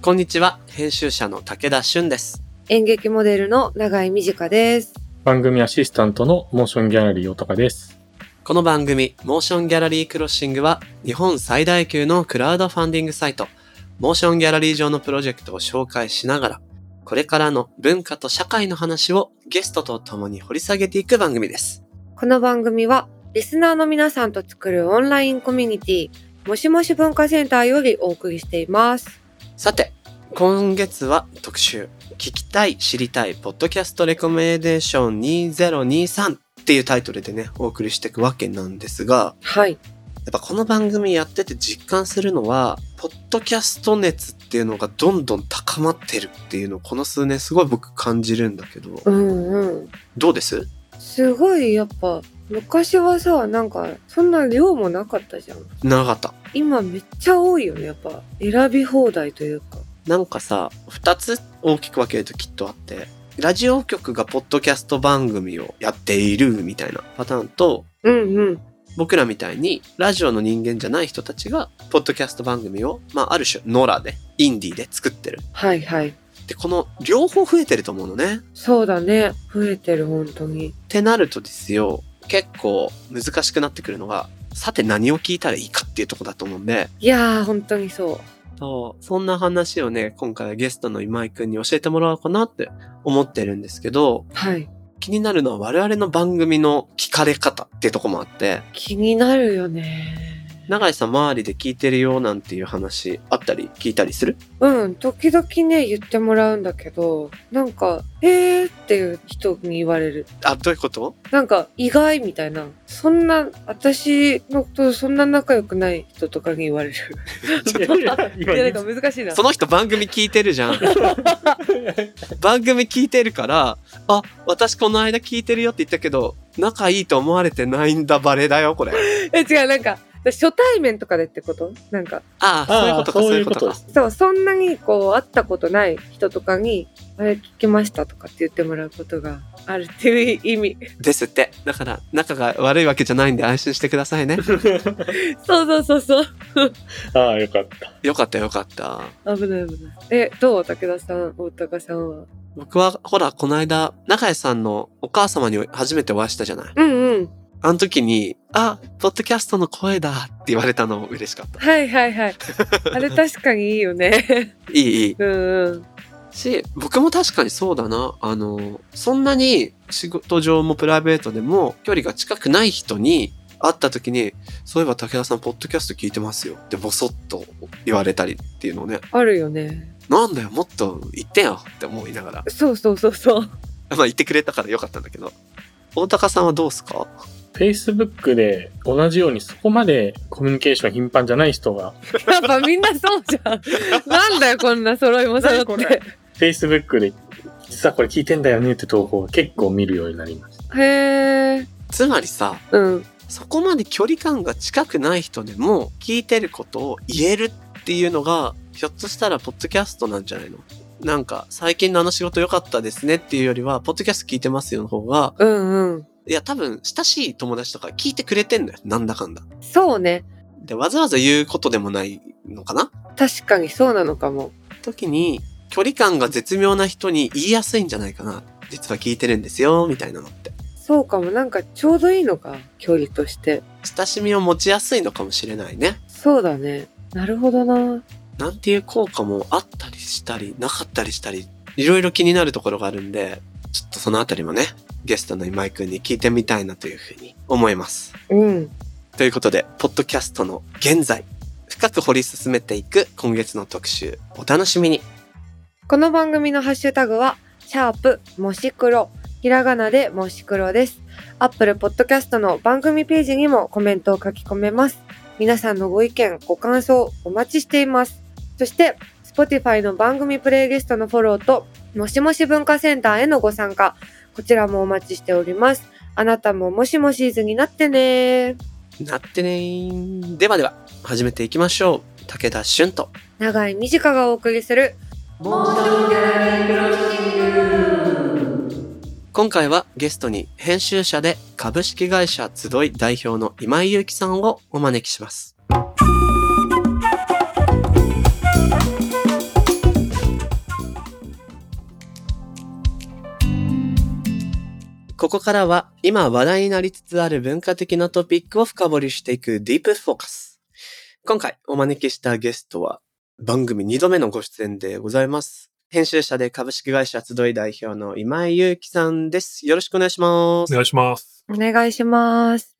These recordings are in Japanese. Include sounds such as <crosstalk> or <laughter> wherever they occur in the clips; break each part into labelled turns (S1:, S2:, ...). S1: こんにちは。編集者の武田俊です。
S2: 演劇モデルの永井美智香です。
S3: 番組アシスタントのモーションギャラリーおたかです。
S1: この番組、モーションギャラリークロッシングは、日本最大級のクラウドファンディングサイト、モーションギャラリー上のプロジェクトを紹介しながら、これからの文化と社会の話をゲストと共に掘り下げていく番組です。
S2: この番組は、リスナーの皆さんと作るオンラインコミュニティ、もしもし文化センターよりお送りしています。
S1: さて、今月は特集、聞きたい、知りたい、ポッドキャストレコメデーション2023っていうタイトルでね、お送りしていくわけなんですが、
S2: はい。
S1: やっぱこの番組やってて実感するのは、ポッドキャスト熱っていうのがどんどん高まってるっていうのをこの数年すごい僕感じるんだけど、
S2: うんうん。
S1: どうです
S2: すごい、やっぱ、昔はさ、なんか、そんな量もなかったじゃん。
S1: なかった。
S2: 今めっちゃ多いよね、やっぱ。選び放題というか。
S1: なんかさ、二つ大きく分けるときっとあって、ラジオ局がポッドキャスト番組をやっているみたいなパターンと、
S2: うんうん。
S1: 僕らみたいにラジオの人間じゃない人たちが、ポッドキャスト番組を、まあある種、ノラで、インディーで作ってる。
S2: はいはい。
S1: で、この両方増えてると思うのね。
S2: そうだね。増えてる、本当に。
S1: ってなるとですよ結構難しくなってくるのがさて何を聞いたらいいかっていうとこだと思うんで
S2: いやー、本当にそう。
S1: そうそんな話をね今回はゲストの今井くんに教えてもらおうかなって思ってるんですけど
S2: はい。
S1: 気になるのは我々の番組の聞かれ方ってとこもあって
S2: 気になるよね。
S1: 永井さん周りで聞いてるよなんていう話あったり聞いたりする
S2: うん、時々ね、言ってもらうんだけど、なんか、えーっていう人に言われる。
S1: あどういうこと
S2: なんか、意外みたいな。そんな、私のことそんな仲良くない人とかに言われる。いや、なんか難しいな。
S1: その人番組聞いてるじゃ
S2: <laughs>
S1: ん番組聞いてるからあ私この間聞いてるよって言ったけど仲いいと思われてないんだバレだよこれ
S2: え、違う、なんか、初対面とかでってことなんか、
S1: ああそういうことか
S3: ああ
S1: そういうことか
S3: そう
S2: そう、そんなにこう、会ったことない人とかに、あれ聞きましたとかって言ってもらうことがあるっていう意味。 <laughs>
S1: ですってだから仲が悪いわけじゃないんで安心してくださ <laughs> いね
S2: そうそうそうそう。
S3: <laughs> ああ、よかった。
S1: よかったよかった
S2: 危ない危ない。え、どう武田さん、大高さんは。
S1: 僕はほらこの間永井さんのお母様に初めてお会いしたじゃない
S2: うんうん。
S1: あの時に「あポッドキャストの声だ」って言われたの嬉しかった
S2: はいはいはい。
S3: <laughs>
S2: あれ確かにいいよね。
S1: いいいい
S2: うんうん。
S1: し、僕も確かにそうだな。あの、そんなに仕事上もプライベートでも距離が近くない人に会った時に、そういえば武田さん、ポッドキャスト聞いてますよってボソッと言われたりっていうのをね、
S2: あるよね。
S1: なんだよ、もっと言ってよって思いながら。 <laughs>
S2: そうそうそう
S3: <laughs>
S2: そう。
S1: まあ言ってくれたからよかったんだけど。大高さんはどうすか
S3: Facebook で同じようにそこまでコミュニケーション頻繁じゃない人が、
S2: やっぱみんなそうじゃん。なんだよ、こんな揃いも揃
S3: 何こ
S2: って
S3: れ。Facebook で実はこれ聞いてんだよねって投稿を結構見るようになりました。
S2: へえ。
S1: つまりさ、
S2: うん。
S1: そこまで距離感が近くない人でも聞いてることを言えるっていうのがひょっとしたらポッドキャストなんじゃないのなんか最近のあの仕事良かったですねっていうよりはポッドキャスト聞いてますよの方が
S2: うんうん。
S1: いや多分親しい友達とか聞いてくれてんのよなんだかんだ
S2: そうね。
S1: でわざわざ言うことでもないのかな
S2: 確かにそうなのかも。
S1: 時に距離感が絶妙な人に言いやすいんじゃないかな実は聞いてるんですよみたいなのって
S2: そうかも。なんかちょうどいいのか。距離として。
S1: 親しみを持ちやすいのかもしれないね
S2: そうだね。なるほどな。
S1: なんていう効果もあったりしたり、なかったりしたり、いろいろ気になるところがあるんで、ちょっとそのあたりもね、ゲストの今井くんに聞いてみたいなというふうに思います。
S2: うん。
S1: ということで、ポッドキャストの現在、深く掘り進めていく今月の特集、お楽しみに。
S2: この番組のハッシュタグは、シャープもし黒、ひらがなでもし黒です。アップルポッドキャストの番組ページにもコメントを書き込めます。皆さんのご意見、ご感想、お待ちしています。そして、Spotify の番組プレイリストのフォローと、もしもし文化センターへのご参加、こちらもお待ちしております。あなたももしもしーずになってねー。
S1: なってねー。ではでは、始めていきましょう。武田俊と。
S2: 長井美智香がお送りする、
S1: 今回はゲストに編集者で株式会社集い代表の今井祐樹さんをお招きします。ここからは今話題になりつつある文化的なトピックを深掘りしていくディープフォーカス。今回お招きしたゲストは番組2度目のご出演でございます。編集者で株式会社集い代表の今井祐樹さんです。よろしくお願いします
S4: お。願いします。
S2: お願いします。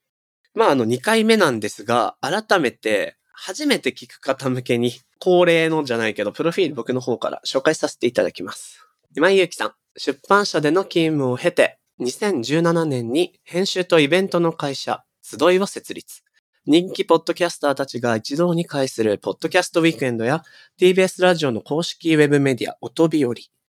S1: まあ、あの、2回目なんですが、改めて、初めて聞く方向けに、恒例のじゃないけど、プロフィール僕の方から紹介させていただきます。今井祐樹さん、出版社での勤務を経て、2017年に編集とイベントの会社、集いを設立。人気ポッドキャスターたちが一堂に会するポッドキャストウィークエンドや TBS ラジオの公式ウェブメディア音日和。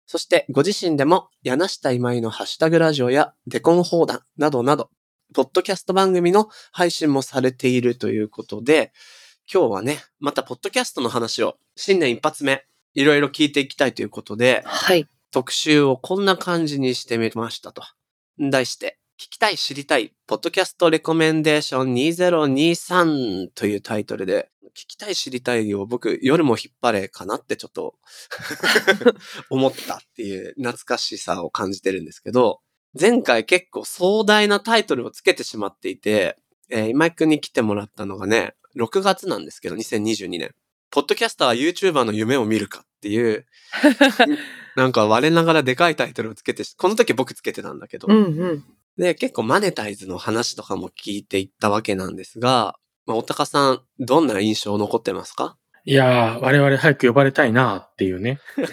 S1: そしてご自身でも柳下今井のハッシュタグラジオやデコン放談などなど、ポッドキャスト番組の配信もされているということで、今日はね、またポッドキャストの話を新年一発目、いろいろ聞いていきたいということで、
S2: はい。
S1: 特集をこんな感じにしてみましたと。題して、聞きたい知りたい、ポッドキャストレコメンデーション2023というタイトルで、聞きたい知りたいを僕、夜も引っ張れかなってちょっと思ったっていう懐かしさを感じてるんですけど、前回結構壮大なタイトルをつけてしまっていて、えー今井くんに来てもらったのがね、6月なんですけど、2022年。ポッドキャスターは YouTuber の夢を見るかっていう、なんか我ながらでかいタイトルをつけてし、この時僕つけてたんだけど
S2: う、んうん。
S1: で、結構マネタイズの話とかも聞いていったわけなんですが、まあ、おたかさん、どんな印象残ってますか
S3: いやー、我々早く呼ばれたいなっていうね。
S1: 怖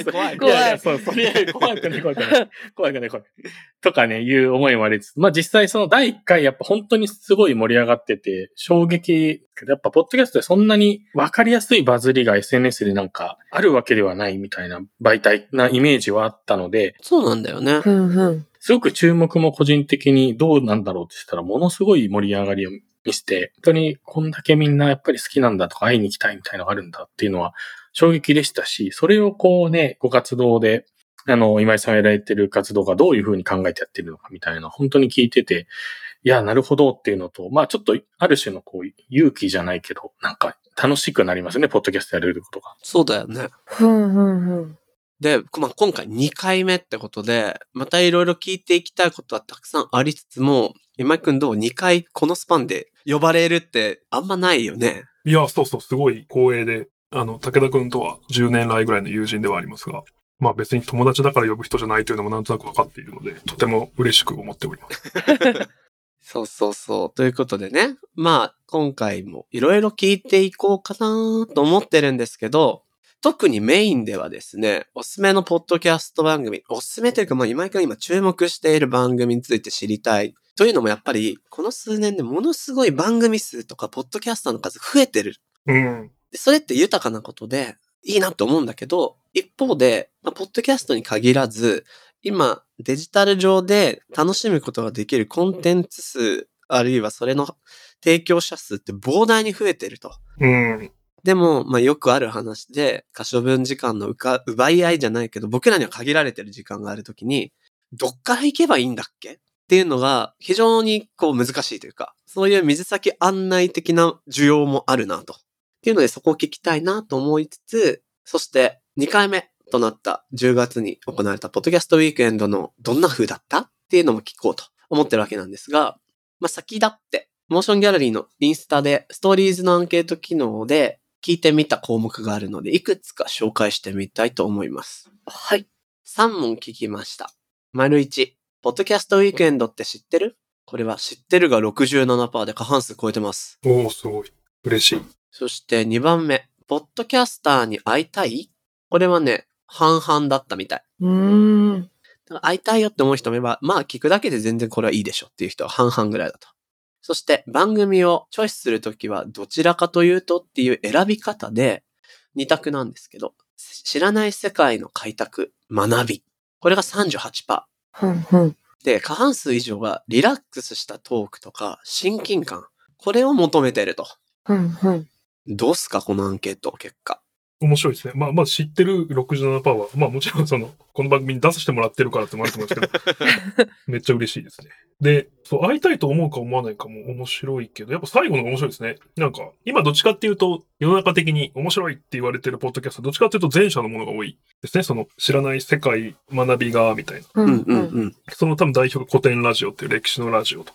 S1: い怖い
S2: <laughs> 怖い
S3: ややそうそうい <laughs> やいや怖くない、怖くない。怖くない、怖くない。とかね、いう思いもありつつ、まあ実際その第1回やっぱ本当にすごい盛り上がってて、衝撃、やっぱポッドキャストでそんなに分かりやすいバズりが SNS でなんかあるわけではないみたいな媒体なイメージはあったので、
S1: そうなんだよね
S2: ふ。んふん。
S3: すごく注目も個人的にどうなんだろうってしたら、ものすごい盛り上がりを見せて、本当にこんだけみんなやっぱり好きなんだとか会いに行きたいみたいなのがあるんだっていうのは衝撃でしたし、それをこうね、ご活動で、あの、今井さんがやられてる活動がどういうふうに考えてやってるのかみたいな、本当に聞いてて、いや、なるほどっていうのと、まあちょっとある種のこう勇気じゃないけど、なんか楽しくなりますね、ポッドキャストやれることが。
S1: そうだよね。
S2: ふんふんふん。
S1: で、まあ、今回2回目ってことで、またいろいろ聞いていきたいことはたくさんありつつも、今井くんどう ?2 回このスパンで呼ばれるってあんまないよね。
S4: いや、そうそう、すごい光栄で、あの、武田くんとは10年来ぐらいの友人ではありますが、まあ別に友達だから呼ぶ人じゃないというのもなんとなくわかっているので、とても嬉しく思っております。
S1: そうそうそう。ということでね。まあ、今回もいろいろ聞いていこうかなと思ってるんですけど、特にメインではですね、おすすめのポッドキャスト番組、おすすめというか、まあ、今井くん今注目している番組について知りたい。というのもやっぱり、この数年でものすごい番組数とか、ポッドキャスターの数増えてる
S4: うん。
S1: でそれって豊かなことで、いいなと思うんだけど、一方で、まあ、ポッドキャストに限らず、今、デジタル上で楽しむことができるコンテンツ数、あるいはそれの提供者数って膨大に増えてると。
S4: うん。
S1: でも、まあ、よくある話で、可処分時間のうか奪い合いじゃないけど、僕らには限られてる時間があるときに、どっから行けばいいんだっけっていうのが、非常にこう難しいというか、そういう水先案内的な需要もあるなと。っていうので、そこを聞きたいなと思いつつ、そして、2回目となった10月に行われたポッドキャストウィークエンドのどんな風だったっていうのも聞こうと思ってるわけなんですが、まあ、先だって、モーションギャラリーのインスタで、ストーリーズのアンケート機能で聞いてみた項目があるので、いくつか紹介してみたいと思います。
S2: はい。
S1: 3問聞きました。丸1、ポッドキャストウィークエンドって知ってるこれは知ってるが67%で過半数超えてます。
S4: おおすごい。嬉しい。
S1: そして2番目、ポッドキャスターに会いたいこれはね、半々だったみたい。
S2: うーん。
S1: だから会いたいよって思う人もいれば、まあ聞くだけで全然これはいいでしょっていう人は半々ぐらいだと。そして番組をチョイスするときはどちらかというとっていう選び方で2択なんですけど、知らない世界の開拓、学び。これが38%。
S2: ふんふん。
S1: で、過半数以上がリラックスしたトークとか親近感。これを求めていると。
S2: ふんふん。
S1: どうすかこのアンケート結果。
S4: 面白いですね。まあ、まあ、知ってる67%は、まあ、もちろん、その、この番組に出させてもらってるからってもあると思うんですけど、めっちゃ嬉しいですね。で、そう、会いたいと思うか思わないかも面白いけど、やっぱ最後のが面白いですね。なんか、今どっちかっていうと、世の中的に面白いって言われてるポッドキャスト、どっちかっていうと前者のものが多いですね。その、知らない世界、学びが、みたいな。
S2: う
S1: うんうんうん。
S4: その多分代表が古典ラジオっていう歴史のラジオと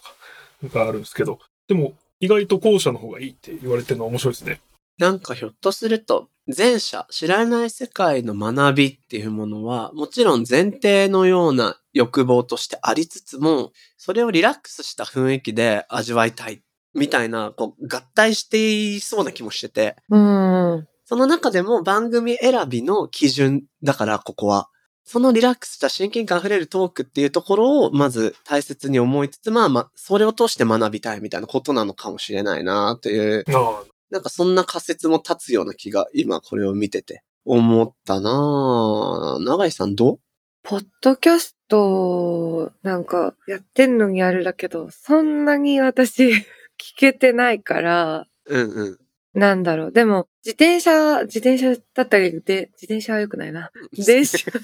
S4: かがあるんですけど、でも意外と後者の方がいいって言われてるのは面白いですね。
S1: なんかひょっとすると、前者、知らない世界の学びっていうものは、もちろん前提のような欲望としてありつつも、それをリラックスした雰囲気で味わいたい、みたいな、こう、合体していそうな気もしてて、
S2: うん。うん。
S1: その中でも番組選びの基準だから、ここは。そのリラックスした親近感あふれるトークっていうところを、まず大切に思いつつ、まあまあ、それを通して学びたいみたいなことなのかもしれないなという、
S4: あ
S1: なんかそんな仮説も立つような気が、今これを見てて、思ったなぁ。長井さんどう
S2: ポッドキャスト、なんか、やってんのにあれだけど、そんなに私、聞けてないから、
S1: うんうん。
S2: なんだろう。でも、自転車、自転車だったりで、自転車は良くないな。電車、
S4: あ、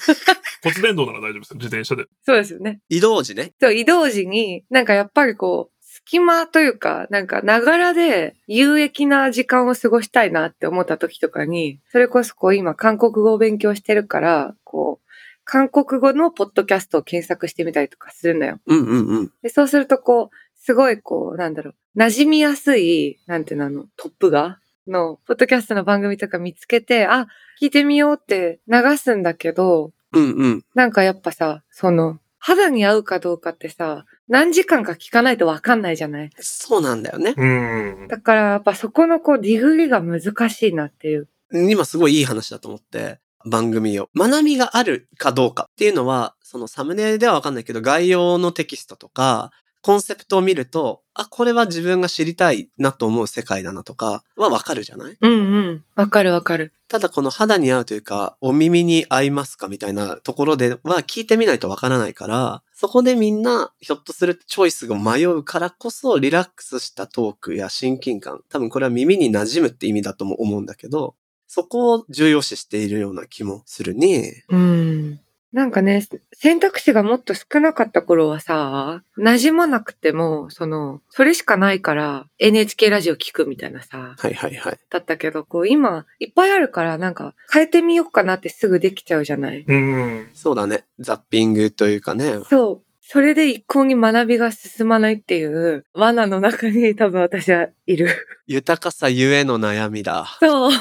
S4: 骨伝導なら大丈夫ですよ。自転車で。
S2: そうですよね。
S1: 移動時ね。
S2: そう、移動時に、なんかやっぱりこう、隙間というか、なんか、ながらで有益な時間を過ごしたいなって思った時とかに、それこそこう今、韓国語を勉強してるから、こう、韓国語のポッドキャストを検索してみたりとかするんだよ。
S1: うんうんうん。
S2: で、そうするとこう、すごいこう、なんだろう、馴染みやすい、なんていうの、あの、トップがの、ポッドキャストの番組とか見つけて、あ、聞いてみようって流すんだけど、
S1: うんうん。
S2: なんかやっぱさ、その、肌に合うかどうかってさ、何時間か聞かないとわかんないじゃない
S1: そうなんだよね。
S4: うーん。
S2: だからやっぱそこのこう、ディグリが難しいなっていう。
S1: 今すごいいい話だと思って、番組を。学びがあるかどうかっていうのは、そのサムネではわかんないけど、概要のテキストとか、コンセプトを見ると、あ、これは自分が知りたいなと思う世界だなとかはわかるじゃない
S2: うんうん。わかるわかる。
S1: ただこの肌に合うというか、お耳に合いますかみたいなところでは聞いてみないとわからないから、そこでみんな、ひょっとするとチョイスが迷うからこそ、リラックスしたトークや親近感、多分これは耳に馴染むって意味だとも思うんだけど、そこを重要視しているような気もするね。
S2: うん。なんかね、選択肢がもっと少なかった頃はさ、馴染まなくても、その、それしかないから NHK ラジオ聞くみたいなさ、
S1: はいはいはい。
S2: だったけど、こう今、いっぱいあるからなんか変えてみようかなってすぐできちゃうじゃないう
S4: ーん。
S1: そうだね。ザッピングというかね。
S2: そう。それで一向に学びが進まないっていう罠の中に多分私はいる。
S1: 豊かさゆえの悩みだ。
S2: そう。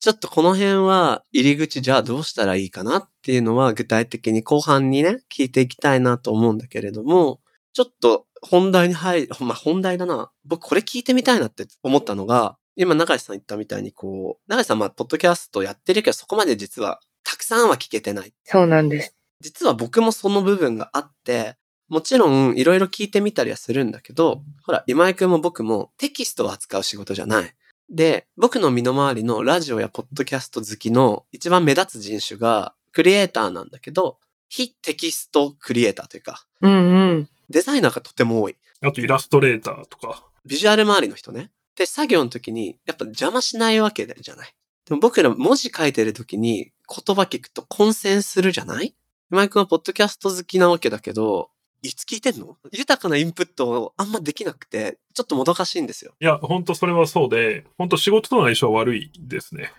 S1: ちょっとこの辺は入り口じゃあどうしたらいいかなっていうのは具体的に後半にね、聞いていきたいなと思うんだけれども、ちょっと本題に入る、 <laughs> まあ、本題だな。僕これ聞いてみたいなって思ったのが、今永井さん言ったみたいにこう、永井さんまあ、ポッドキャストやってるけどそこまで実はたくさんは聞けてない。
S2: そうなんです。
S1: 実は僕もその部分があって、もちろんいろいろ聞いてみたりはするんだけど、ほら、今井くんも僕もテキストを扱う仕事じゃない。で、僕の身の回りのラジオやポッドキャスト好きの一番目立つ人種がクリエイターなんだけど、非テキストクリエイターというか、
S2: うんうん。
S1: デザイナーがとても多い。
S4: あと、イラストレーターとか。
S1: ビジュアル周りの人ね。で、作業の時に、やっぱ邪魔しないわけじゃない。でも僕ら文字書いてる時に言葉聞くと混戦するじゃない今井くんはポッドキャスト好きなわけだけど、いつ聞いてんの豊かなインプットをあんまできなくて、ちょっともどかしいんですよ。
S4: いや、ほんとそれはそうで、ほんと仕事との相性は悪いですね。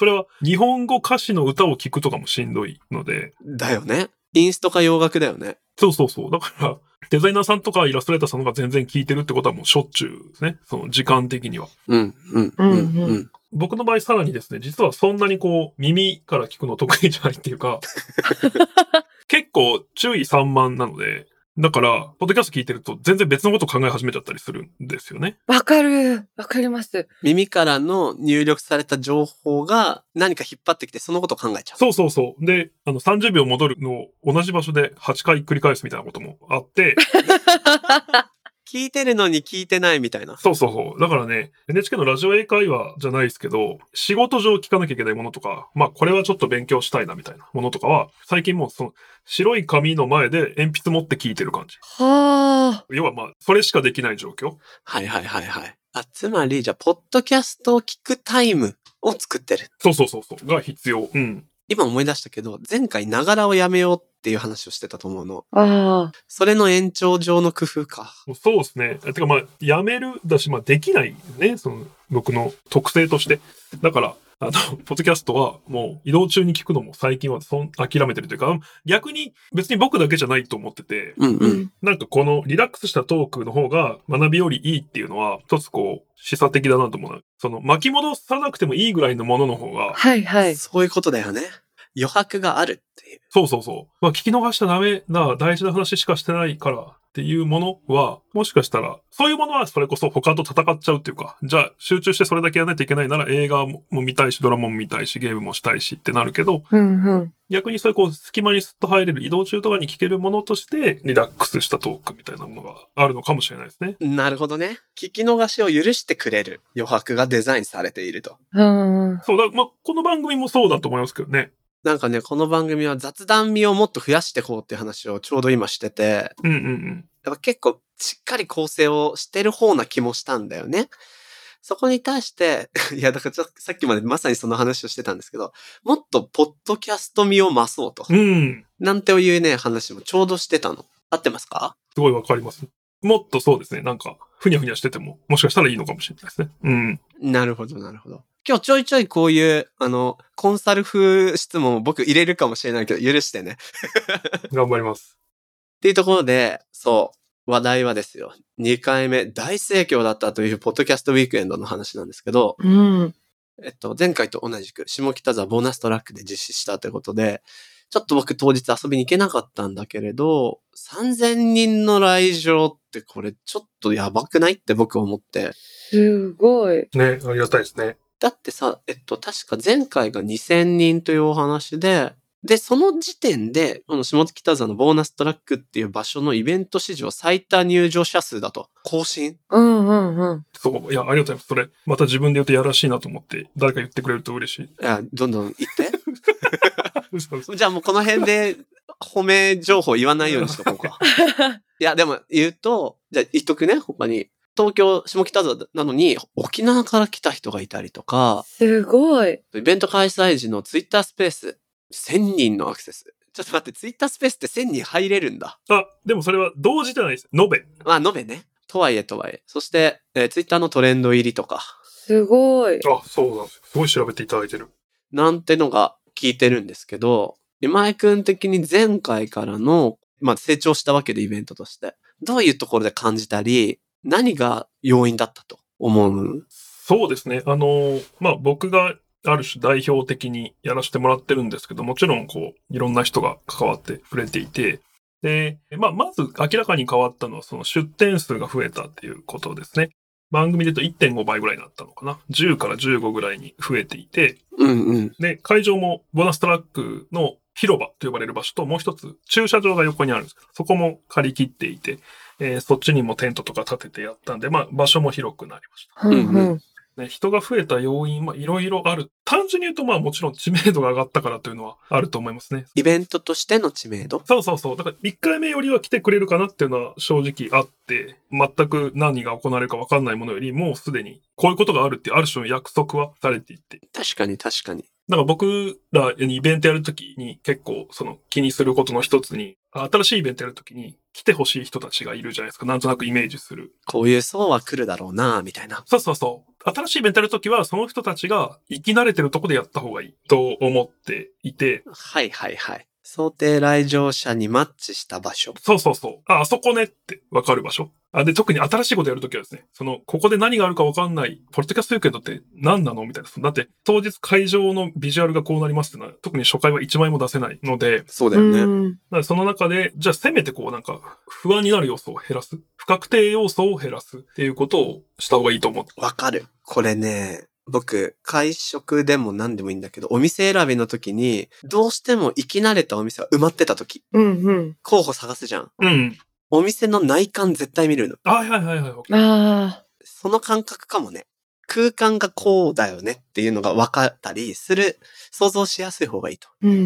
S4: それは、日本語歌詞の歌を聞くとかもしんどいので、
S1: だよね。インストか洋楽だよね。
S4: そうそうそう。だから、デザイナーさんとかイラストレーターさんの方が全然聞いてるってことはもうしょっちゅうですね。その時間的には。
S1: うん、うん、
S2: うんうん
S1: うん。
S4: 僕の場合さらにですね、実はそんなにこう、耳から聞くの得意じゃないっていうか、結構注意散漫なので、だから、ポッドキャスト聞いてると全然別のことを考え始めちゃったりするんですよね。
S2: わかる。わかります。
S1: 耳からの入力された情報が何か引っ張ってきて、そのことを考えちゃう。
S4: そうそうそう。で、あの、30秒戻るのを同じ場所で8回繰り返すみたいなこともあって、
S1: 聞いてるのに聞いてないみたいな。
S4: そうそうそう。だからね、NHK のラジオ英会話じゃないですけど、仕事上聞かなきゃいけないものとか、まあこれはちょっと勉強したいなみたいなものとかは、最近もうその白い紙の前で鉛筆持って聞いてる感じ。
S2: <laughs> はあ。
S4: 要はまあ、それしかできない状況。
S1: はいはいはいはい。あ、つまり、じゃあ、ポッドキャストを聞くタイムを作ってる。
S4: そうそうそうそう。が必要。うん。
S1: 今思い出したけど、前回ながらをやめようっていう話をしてたと思うの。
S2: ああ。
S1: それの延長上の工夫か。
S4: そうですね。てかまあ、やめるだし、まあ、できないね。その、僕の特性として。だから、あの、ポッドキャストはもう移動中に聞くのも最近はそん諦めてるというか、逆に別に僕だけじゃないと思ってて、
S1: うんうん。
S4: なんかこのリラックスしたトークの方が学びよりいいっていうのは、一つこう、示唆的だなと思うな。その巻き戻さなくてもいいぐらいのものの方が、
S2: はいはい。
S1: そういうことだよね。余白があるっていう。
S4: そうそうそう。まあ聞き逃しちゃダメな大事な話しかしてないからっていうものは、もしかしたら、そういうものはそれこそ他と戦っちゃうっていうか、じゃあ集中してそれだけやらないといけないなら映画も見たいし、ドラマも見たいし、ゲームもしたいしってなるけど、
S2: うんうん。
S4: 逆にそういうこう隙間にスッと入れる移動中とかに聞けるものとして、リラックスしたトークみたいなものがあるのかもしれないですね。
S1: なるほどね。聞き逃しを許してくれる余白がデザインされていると。
S2: うんうん。
S4: そうだ、まあ、この番組もそうだと思いますけどね。
S1: なんかね、この番組は雑談味をもっと増やしていこうっていう話をちょうど今してて、
S4: うんうんうん。
S1: やっぱ結構しっかり構成をしてる方な気もしたんだよね。そこに対して、 <laughs> いや、だからちょさっきまでまさにその話をしてたんですけど、もっとポッドキャスト味を増そうと。
S4: うん。
S1: なんていうね、話もちょうどしてたの。合ってますか
S4: すごいわかります。もっとそうですね。なんか、ふにゃふにゃしてても、もしかしたらいいのかもしれないですね。うん。
S1: なるほど、なるほど。今日ちょいちょいこういう、あの、コンサル風質問を僕入れるかもしれないけど、許してね。
S4: 頑張ります。
S1: っていうところで、そう、話題はですよ。2回目、大盛況だったという、ポッドキャストウィークエンドの話なんですけど、
S2: うん。
S1: えっと、前回と同じく、下北沢ボーナストラックで実施したということで、ちょっと僕当日遊びに行けなかったんだけれど、3000人の来場ってこれちょっとやばくないって僕思って。
S2: すごい。
S4: ね、ありがたいですね。
S1: だってさ、えっと、確か前回が2000人というお話で、で、その時点で、この下北沢のボーナストラックっていう場所のイベント史上最多入場者数だと。更新
S2: うんうん <laughs> うん。
S4: そう。いや、ありがとうございます。それ、また自分で言うとやらしいなと思って、誰か言ってくれると嬉しい。
S1: いや、どんどん言っ
S4: <laughs> 嘘嘘
S1: て。 <laughs> じゃあもうこの辺で褒め情報言わないようにしとこうか。いや、でも言うと、じゃあ言っとくね、他に。東京、下北沢なのに、沖縄から来た人がいたりとか、
S2: すごい。
S1: イベント開催時のツイッタースペース、1000人のアクセス。ちょっと待って、ツイッタースペースって1000人入れるんだ。
S4: あ、でもそれは同時じゃないです。延べ。
S1: まあ、延べね。とはいえとはいえ。そして、えー、ツイッターのトレンド入りとか、
S2: すごい。
S4: あ、そうなんですよ。すごい調べていただいてる。
S1: なんてのが聞いてるんですけど、今井くん的に前回からの、まあ、成長したわけでイベントとして、どういうところで感じたり、何が要因だったと思う
S4: そうですね。あの、まあ、僕がある種代表的にやらせてもらってるんですけど、もちろんこう、いろんな人が関わってくれていて、で、まあ、まず明らかに変わったのは、その出店数が増えたっていうことですね。番組で言うと1.5倍ぐらいになったのかな。10から15ぐらいに増えていて、
S1: うんうん。
S4: で、会場もボーナストラックの広場と呼ばれる場所と、もう一つ駐車場が横にあるんですけど、そこも借り切っていて、えーそっちにもテントとか立ててやったんで、まあ、場所も広くなりました。
S2: うんうん。
S4: ね、人が増えた要因はいろいろある。単純に言うと、まあもちろん知名度が上がったからというのはあると思いますね。
S1: イベントとしての知名度
S4: そうそうそう。だから1回目よりは来てくれるかなっていうのは正直あって、全く何が行われるか分かんないものより、もうすでにこういうことがあるっていうある種の約束はされていて。
S1: 確かに確かに。
S4: だから僕らにイベントやるときに結構その気にすることの一つに、新しいイベントやるときに来てほしい人たちがいるじゃないですか。なんとなくイメージする。
S1: こういう層は来るだろうな、みたいな。
S4: そうそうそう。新しいイベントやるときは、その人たちが生き慣れてるとこでやった方がいいと思っていて、
S1: はいはいはい。想定来場者にマッチした場所。
S4: そうそうそう。あ、あそこねってわかる場所。あで、特に新しいことやるときはですね、その、ここで何があるかわかんない、ポルトキャストウィークエンドって何なのみたいな。そのだって、当日会場のビジュアルがこうなりますってのは、特に初回は1枚も出せないので、
S1: そうだ
S2: う
S1: よね。
S2: ん
S4: だからその中で、じゃあせめてこうなんか、不安になる要素を減らす。不確定要素を減らすっていうことをした方がいいと思う。
S1: わかる。これね、僕、会食でも何でもいいんだけど、お店選びの時に、どうしても行き慣れたお店は埋まってた時、
S2: うん
S1: 候補探すじゃん。
S4: うん。
S1: お店の内観絶対見るの。
S4: あ、はいはいはいは
S2: う
S4: い。
S2: ん。ああ。
S1: その感覚かもね。空間がこうだよねっていうのが分かったりする、想像しやすい方がいいと。
S2: うんう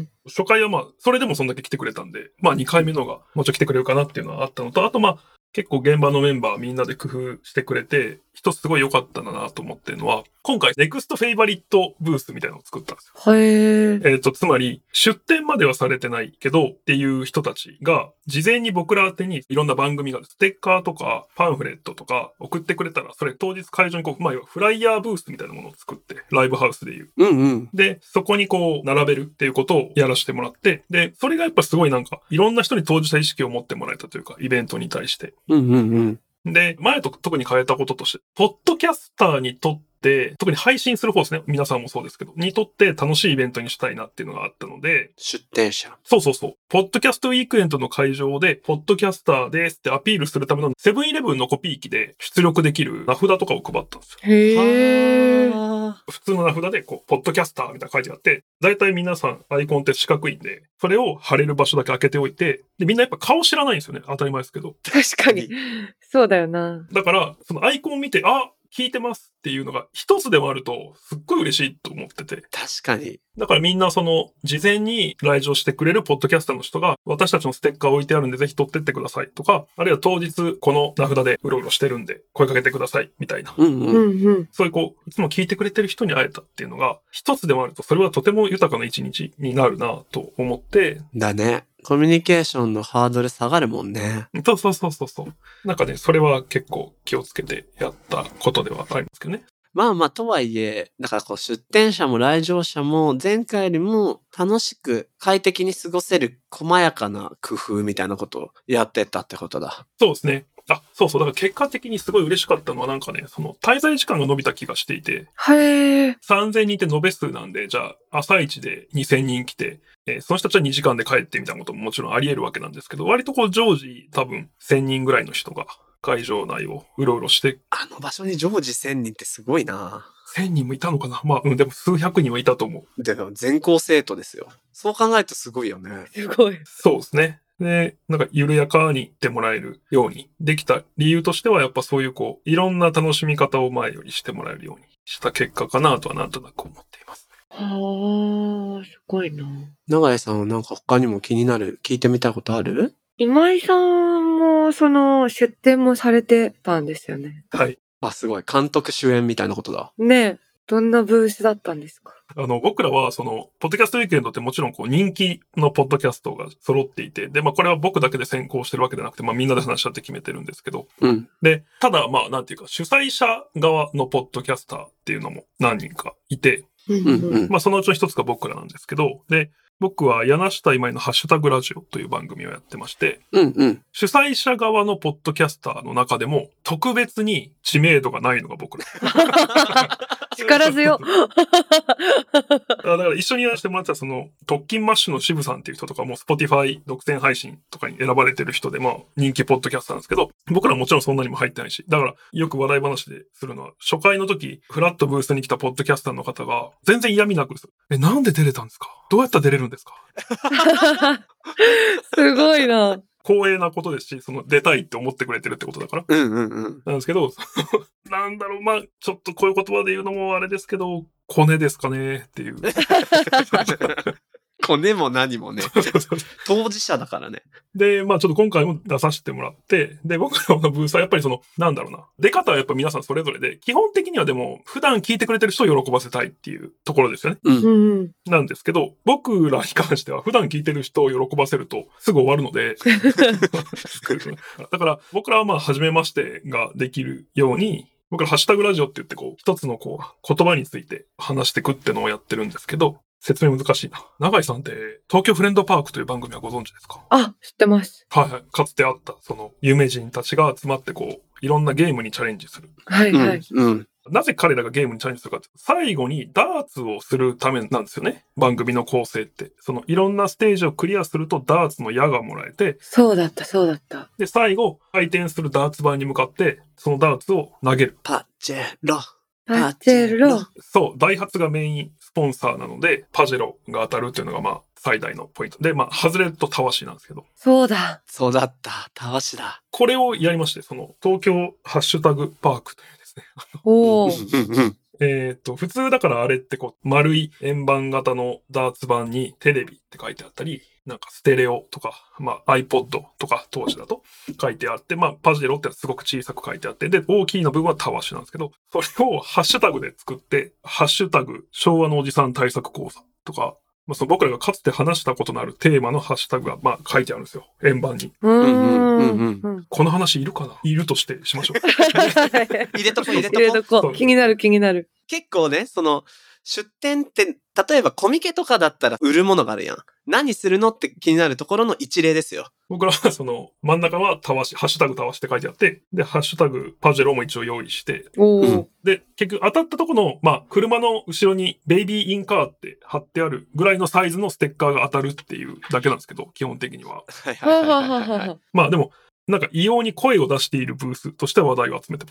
S2: ん。
S4: 初回はまあ、それでもそんだけ来てくれたんで、まあ2回目のがもうちょい来てくれるかなっていうのはあったのと、あとまあ、結構現場のメンバーみんなで工夫してくれて、一つすごい良かったなと思ってるのは、今回、ネクストフェイバリットブースみたいなのを作ったんですよ。
S2: へえ。
S4: えっ、と、つまり、出展まではされてないけどっていう人たちが、事前に僕ら宛てにいろんな番組がステッカーとかパンフレットとか送ってくれたら、それ当日会場にこう、まあ、要はフライヤーブースみたいなものを作って、ライブハウスでいう。
S1: うんうん。
S4: で、そこにこう、並べるっていうことをやらせてもらって、で、それがやっぱすごいなんか、いろんな人に当事者意識を持ってもらえたというか、イベントに対して。
S1: うんうんうん。
S4: で、前と特に変えたこととして、ポッドキャスターにとって、特に配信する方ですね。皆さんもそうですけど、にとって楽しいイベントにしたいなっていうのがあったので、
S1: 出店者。
S4: そうそうそう。ポッドキャストウィークエンドの会場で、ポッドキャスターですってアピールするためのセブンイレブンのコピー機で出力できる名札とかを配ったんですよ。
S2: へえ。
S1: はあ
S4: 普通の名札で、こう、ポッドキャスターみたいなの書いてあって、だいたい皆さんアイコンって四角いんで、それを貼れる場所だけ開けておいて、で、みんなやっぱ顔知らないんですよね。当たり前ですけど。
S2: 確かに。 <laughs> そうだよな。
S4: だから、そのアイコンを見て、あ、聞いてますっていうのが一つでもあると、すっごい嬉しいと思ってて。
S1: 確かに。
S4: だからみんなその、事前に来場してくれるポッドキャスターの人が、私たちのステッカー置いてあるんで、ぜひ取ってってくださいとか、あるいは当日、この名札でうろうろしてるんで、声かけてくださいみたいな。
S1: うん
S2: う
S1: うん。
S2: んうん。
S4: そういうこう、いつも聞いてくれてる人に会えたっていうのが、一つでもあると、それはとても豊かな一日になるなと思って、
S1: だね。コミュニケーションのハードル下がるもんね。
S4: そうそうそうそうそう。なんかね、それは結構気をつけてやったことではありますけどね。
S1: まあまあ、とはいえ、だからこう、出店者も来場者も、前回よりも楽しく快適に過ごせる細やかな工夫みたいなことをやってったってことだ。
S4: そうですね。あ、そうそう。だから結果的にすごい嬉しかったのはなんかね、その滞在時間が伸びた気がしていて、
S2: へえ。
S4: 3000人って延べ数なんで、じゃあ朝一で2000人来て、えーその人たちは2時間で帰ってみたいなことももちろんあり得るわけなんですけど、割とこう常時多分1000人ぐらいの人が会場内をうろうろして、
S1: あの場所に常時1000人ってすごいな。
S4: 1000人もいたのかなまあ、うん、でも数百人はいたと思う。
S1: でも、全校生徒ですよ。そう考えるとすごいよね。
S2: すごい。
S4: そうですね。で、なんか緩やかに行ってもらえるようにできた理由としては、やっぱそういうこう、いろんな楽しみ方を前よりしてもらえるようにした結果かなとはなんとなく思っています。
S2: はあ、すごいな。
S1: 永井さんはなんか他にも気になる、聞いてみたいことある
S2: 今井さんも、その、出展もされてたんですよね。
S4: はい。
S1: あ、すごい。監督主演みたいなことだ。
S2: ねえ、どんなブースだったんですか
S4: あの、僕らはその、ポッドキャストウィークエンドってもちろんこう、人気のポッドキャストが揃っていて、で、まあこれは僕だけで先行してるわけではなくて、まあみんなで話し合って決めてるんですけど、
S1: うん。
S4: で、ただまあなんていうか、主催者側のポッドキャスターっていうのも何人かいて、
S2: うん
S1: うんうん。
S4: まあ、そのうちの一つが僕らなんですけど、で、僕は柳下今井のハッシュタグラジオという番組をやってまして、
S1: うんうん。
S4: 主催者側のポッドキャスターの中でも特別に知名度がないのが僕ら。
S2: 力 <laughs> 強。
S4: あだから一緒にやらせてもらってたその特勤マッシュの渋さんっていう人とかも Spotify 独占配信とかに選ばれてる人でまあ人気ポッドキャスターなんですけど僕らもちろんそんなにも入ってないしだからよく笑い話でするのは初回の時フラットブースに来たポッドキャスターの方が全然嫌味なくですえなんで出れたんですかどうやったら出れるんですか
S2: すごいな。
S4: 光栄なことですし、その出たいって思ってくれてるってことだから。
S1: うんうんうん。
S4: なんですけど、 <laughs> なんだろう、まあ、ちょっとこういう言葉で言うのもあれですけど、コネですかねっていう。
S1: コネも何もね。当事者だからね。
S4: で、まあちょっと今回も出させてもらって、で、僕らのブースはやっぱりその、なんだろうな、出方はやっぱ皆さんそれぞれで、基本的にはでも、普段聞いてくれてる人を喜ばせたいっていうところですよね。
S1: う。
S2: うんんうん。
S4: なんですけど、僕らに関しては普段聞いてる人を喜ばせるとすぐ終わるので、 <laughs> だから僕らはまあ初めましてができるように、僕らハッシュタグラジオって言ってこう、一つのこう、言葉について話してくってのをやってるんですけど、説明難しいな。永井さんって東京フレンドパークという番組はご存知ですか
S2: あ、知ってます。
S4: はいはい。かつてあった、その有名人たちが集まってこう、いろんなゲームにチャレンジする。
S2: はい
S1: うん
S2: はい。
S1: うん。
S4: なぜ彼らがゲームにチャレンジするかって、最後にダーツをするためなんですよね。番組の構成って。そのいろんなステージをクリアするとダーツの矢がもらえて、
S2: そうだった、そうだった。
S4: で、最後、回転するダーツ盤に向かって、そのダーツを投げる。
S1: パチェロ。
S2: パチェロ。
S4: そう、ダイハツがメインスポンサーなので、パジェロが当たるっていうのがまあ、最大のポイント。で、まあ、外れるとたわしなんですけど。
S2: そうだ。
S1: そうだった。たわしだ。
S4: これをやりまして、その、東京ハッシュタグパークというですね。
S2: おお。
S1: うんうん。
S4: えっ、と、普通だからあれってこう、丸い円盤型のダーツ盤にテレビって書いてあったり、なんかステレオとか、まあ iPod とか当時だと書いてあって、まあパジェロってのはすごく小さく書いてあって、で、大きいの部分はたわしなんですけど、それをハッシュタグで作って、ハッシュタグ昭和のおじさん対策講座とか、まあその僕らがかつて話したことのあるテーマのハッシュタグがまあ書いてあるんですよ。円盤に。
S2: う
S1: うんうんうん
S2: ん。
S4: この話いるかないるとしてしましょう。
S1: 入れとこう入れとこ
S2: 入れ
S1: う
S2: とこ。
S4: そうう
S2: 気になる気になる。
S1: 結構ね、その、出店って、例えばコミケとかだったら売るものがあるやん。何するのって気になるところの一例ですよ。
S4: 僕らはそ <laughs> の真ん中はたわし、ハッシュタグたわしって書いてあって、で、ハッシュタグパジェロも一応用意して、
S2: お
S1: う
S2: お
S1: ん。
S4: で、結局当たったとこの、まあ、車の後ろにベイビーインカーって貼ってあるぐらいのサイズのステッカーが当たるっていうだけなんですけど、基本的には。
S1: はい
S2: は
S1: はい
S2: い
S1: は
S2: はいい
S1: は
S2: はいい
S1: はい、
S2: は
S4: まあでも、なんか異様に声を出しているブースとして話題を集めて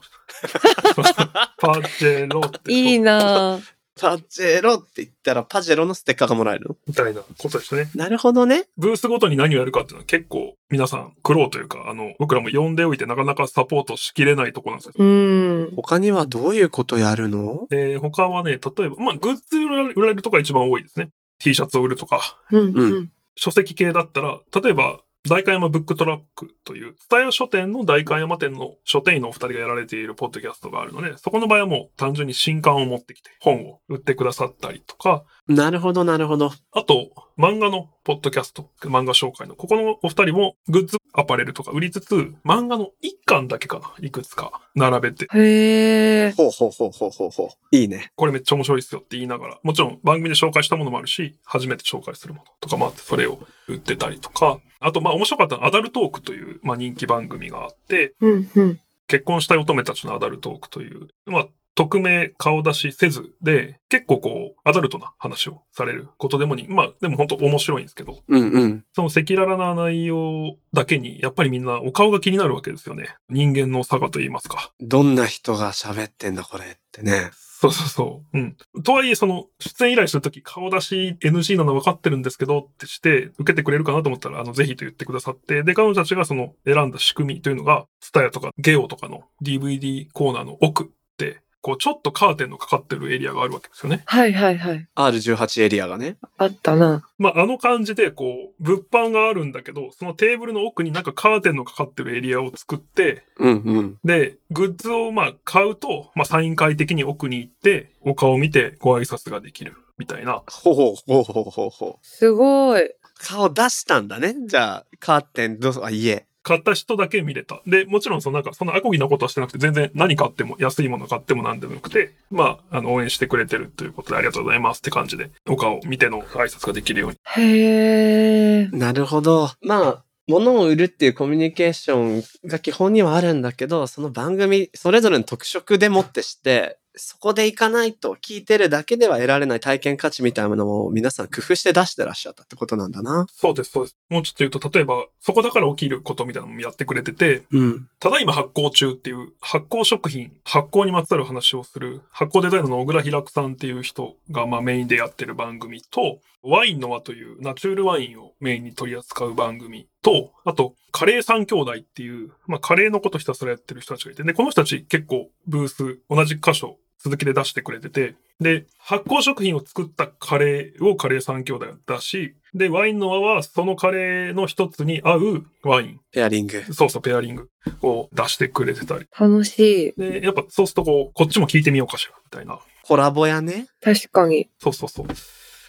S4: ま
S2: <laughs>
S4: した。パジェロって。
S2: い。 <laughs> いいなぁ。
S1: パジェロって言ったらパジェロのステッカーがもらえるの
S4: みたいなことでしたね。
S1: なるほどね。
S4: ブースごとに何をやるかっていうのは結構皆さん苦労というか、あの、僕らも呼んでおいてなかなかサポートしきれないとこなんですよ。
S2: うん。
S1: 他にはどういうことやるの
S4: えー他はね、例えば、まあ、グッズ売られるとか一番多いですね。T シャツを売るとか、
S2: うん。
S1: う
S2: うん。
S4: 書籍系だったら、例えば、代官山ブックトラックという、蔦屋書店の代官山店の書店員のお二人がやられているポッドキャストがあるので、そこの場合はもう単純に新刊を持ってきて、本を売ってくださったりとか、
S1: なるほど、なるほど。
S4: あと、漫画のポッドキャスト、漫画紹介の、ここのお二人もグッズ、アパレルとか売りつつ、漫画の一巻だけかな、いくつか並べて、
S2: へえ。
S1: ほうほうほうほうほうほう。いいね。
S4: これめっちゃ面白いですよって言いながら、もちろん番組で紹介したものもあるし、初めて紹介するものとかもあって、それを売ってたりとか、あと、まあ面白かったのはアダルトークという、まあ人気番組があって、
S2: うんうん。
S4: 結婚したい乙女たちのアダルトークという、まあ、匿名顔出しせずで、結構こう、アダルトな話をされることでもに、まあ、でも本当面白いんですけど、
S1: うんうん。
S4: その赤裸々な内容だけに、やっぱりみんなお顔が気になるわけですよね。人間の差がと言いますか。
S1: どんな人が喋ってんだ、これってね。
S4: そうそうそう。うん。とはいえ、その、出演依頼するとき、顔出し NG なの分かってるんですけどってして、受けてくれるかなと思ったら、あの、ぜひと言ってくださって、で、彼女たちがその、選んだ仕組みというのが、スタヤとかゲオとかの DVD コーナーの奥って、こう、ちょっとカーテンのかかってるエリアがあるわけですよね。
S2: はいはいはい。
S1: R18 エリアがね。
S2: あったな。
S4: まあ、あの感じで、こう、物販があるんだけど、そのテーブルの奥になんかカーテンのかかってるエリアを作って、
S1: うんうん。
S4: で、グッズをまあ買うと、まあサイン会的に奥に行って、お顔を見てご挨拶ができるみたいな。
S1: ほうほうほうほうほうほう。
S2: すごい。
S1: 顔出したんだね。じゃあ、カーテン、どうぞ、あ、いえ。
S4: 買った人だけ見れた。で、もちろんそのなんか、そんなアコギなことはしてなくて、全然何買っても、安いもの買っても何でもよくて、まあ、あの、応援してくれてるということでありがとうございますって感じで、お顔を見ての挨拶ができるように。
S2: へえ。
S1: なるほど。まあ、物を売るっていうコミュニケーションが基本にはあるんだけど、その番組、それぞれの特色でもってして、そこで行かないと聞いてるだけでは得られない体験価値みたいなのを皆さん工夫して出してらっしゃったってことなんだな。
S4: そうです、そうです。もうちょっと言うと、例えば、そこだから起きることみたいなのもやってくれてて、
S1: うん。
S4: ただいま発行中っていう発酵食品、発酵にまつわる話をする発酵デザイナーの小倉平久さんっていう人がまあメインでやってる番組と、ワインの輪というナチュールワインをメインに取り扱う番組と、あとカレー三兄弟っていう、まあカレーのことひたすらやってる人たちがいて、で、この人たち結構ブース同じ箇所続きで出してくれてて、で、発酵食品を作ったカレーをカレー三兄弟が出し、で、ワインの輪はそのカレーの一つに合うワイン、
S1: ペアリング。
S4: そうそう、ペアリングを出してくれてたり。
S2: 楽しい。
S4: で、やっぱそうするとこう、こっちも聞いてみようかしら、みたいな。
S1: コラボやね。
S2: 確かに。
S4: そうそうそう。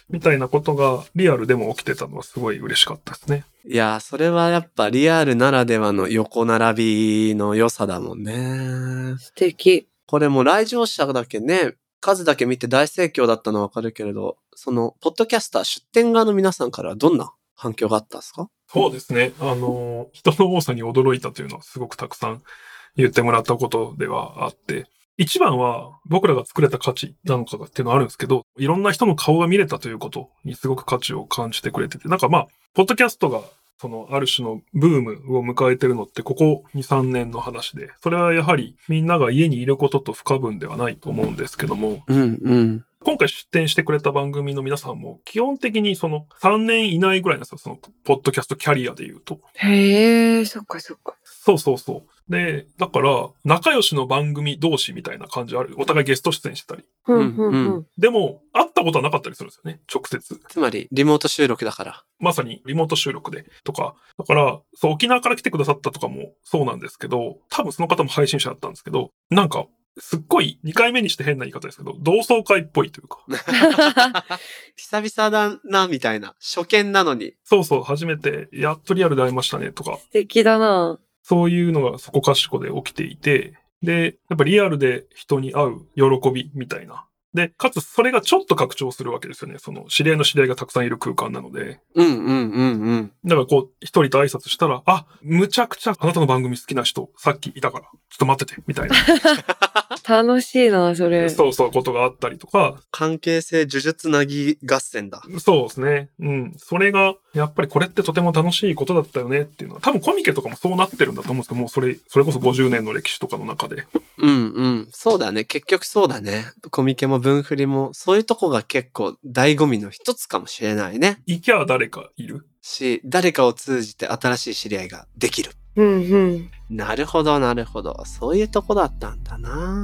S4: みたいなことがリアルでも起きてたのはすごい嬉しかったですね。
S1: いやー、それはやっぱリアルならではの横並びの良さだもんね。
S2: 素敵。
S1: これも来場者だけね、数だけ見て大盛況だったのはわかるけれど、その、ポッドキャスター出店側の皆さんからはどんな反響があったんですか
S4: そうですね。あの、人の多さに驚いたというのはすごくたくさん言ってもらったことではあって、一番は僕らが作れた価値なのかっていうのはあるんですけど、いろんな人の顔が見れたということにすごく価値を感じてくれてて、なんかまあ、ポッドキャストがそのある種のブームを迎えてるのってここ2、3年の話で、それはやはりみんなが家にいることと不可分ではないと思うんですけども、
S1: うんうん。
S4: 今回出展してくれた番組の皆さんも、基本的にその3年以内ぐらいなんですよ、その、ポッドキャストキャリアで言うと。
S2: へえ、そっかそっか。
S4: そうそうそう。で、だから、仲良しの番組同士みたいな感じある。お互いゲスト出演してたり。
S2: うんうんう。
S1: うん
S2: <laughs>
S4: でも、会ったことはなかったりするんですよね。直接。
S1: つまり、リモート収録だから。
S4: まさにリモート収録でとか。だから、そう、沖縄から来てくださったとかもそうなんですけど、多分その方も配信者だったんですけど、なんか、すっごい2回目にして変な言い方ですけど、同窓会っぽいというか、
S1: 久々だな、みたいな。初見なのに。
S4: そうそう、初めて、やっとリアルで会いましたねとか、
S2: 素敵だな
S4: そういうのがそこかしこで起きていて、で、やっぱリアルで人に会う喜びみたいな。で、かつそれがちょっと拡張するわけですよね。その知り合いの知り合いがたくさんいる空間なので。
S1: うんうんうんうん。
S4: だからこう、一人と挨拶したら、あ、むちゃくちゃあなたの番組好きな人、さっきいたから、ちょっと待ってて、みたいな。
S2: 楽しいなそれ。
S4: そうそう、ことがあったりとか、
S1: 関係性呪術なぎ合戦だ。
S4: そうですね。うん。それが、やっぱりこれってとても楽しいことだったよねっていうのは、多分コミケとかもそうなってるんだと思うんですけど、もうそれ、それこそ50年の歴史とかの中で。
S1: うんうん。そうだね。結局そうだね。コミケも文振りも、そういうとこが結構醍醐味の一つかもしれないね。
S4: いきゃ誰かいる。
S1: し、誰かを通じて新しい知り合いができる。
S2: うんうん。
S1: なるほど、なるほど。そういうとこだったんだな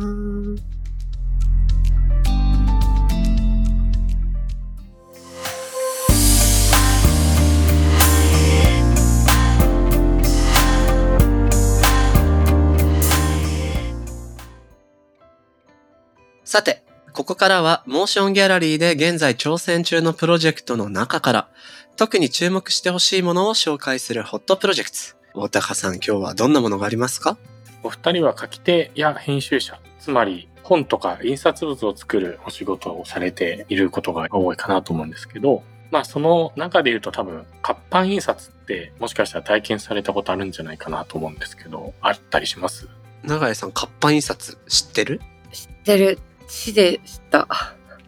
S1: さて、ここからは、モーションギャラリーで現在挑戦中のプロジェクトの中から、特に注目してほしいものを紹介するホットプロジェクト。大高さん、今日はどんなものがありますか
S3: お二人は書き手や編集者、つまり本とか印刷物を作るお仕事をされていることが多いかなと思うんですけど、まあその中で言うと多分活版印刷ってもしかしたら体験されたことあるんじゃないかなと思うんですけど、あったりします
S1: 永井さん、活版印刷知ってる
S2: 知ってる。知で知った。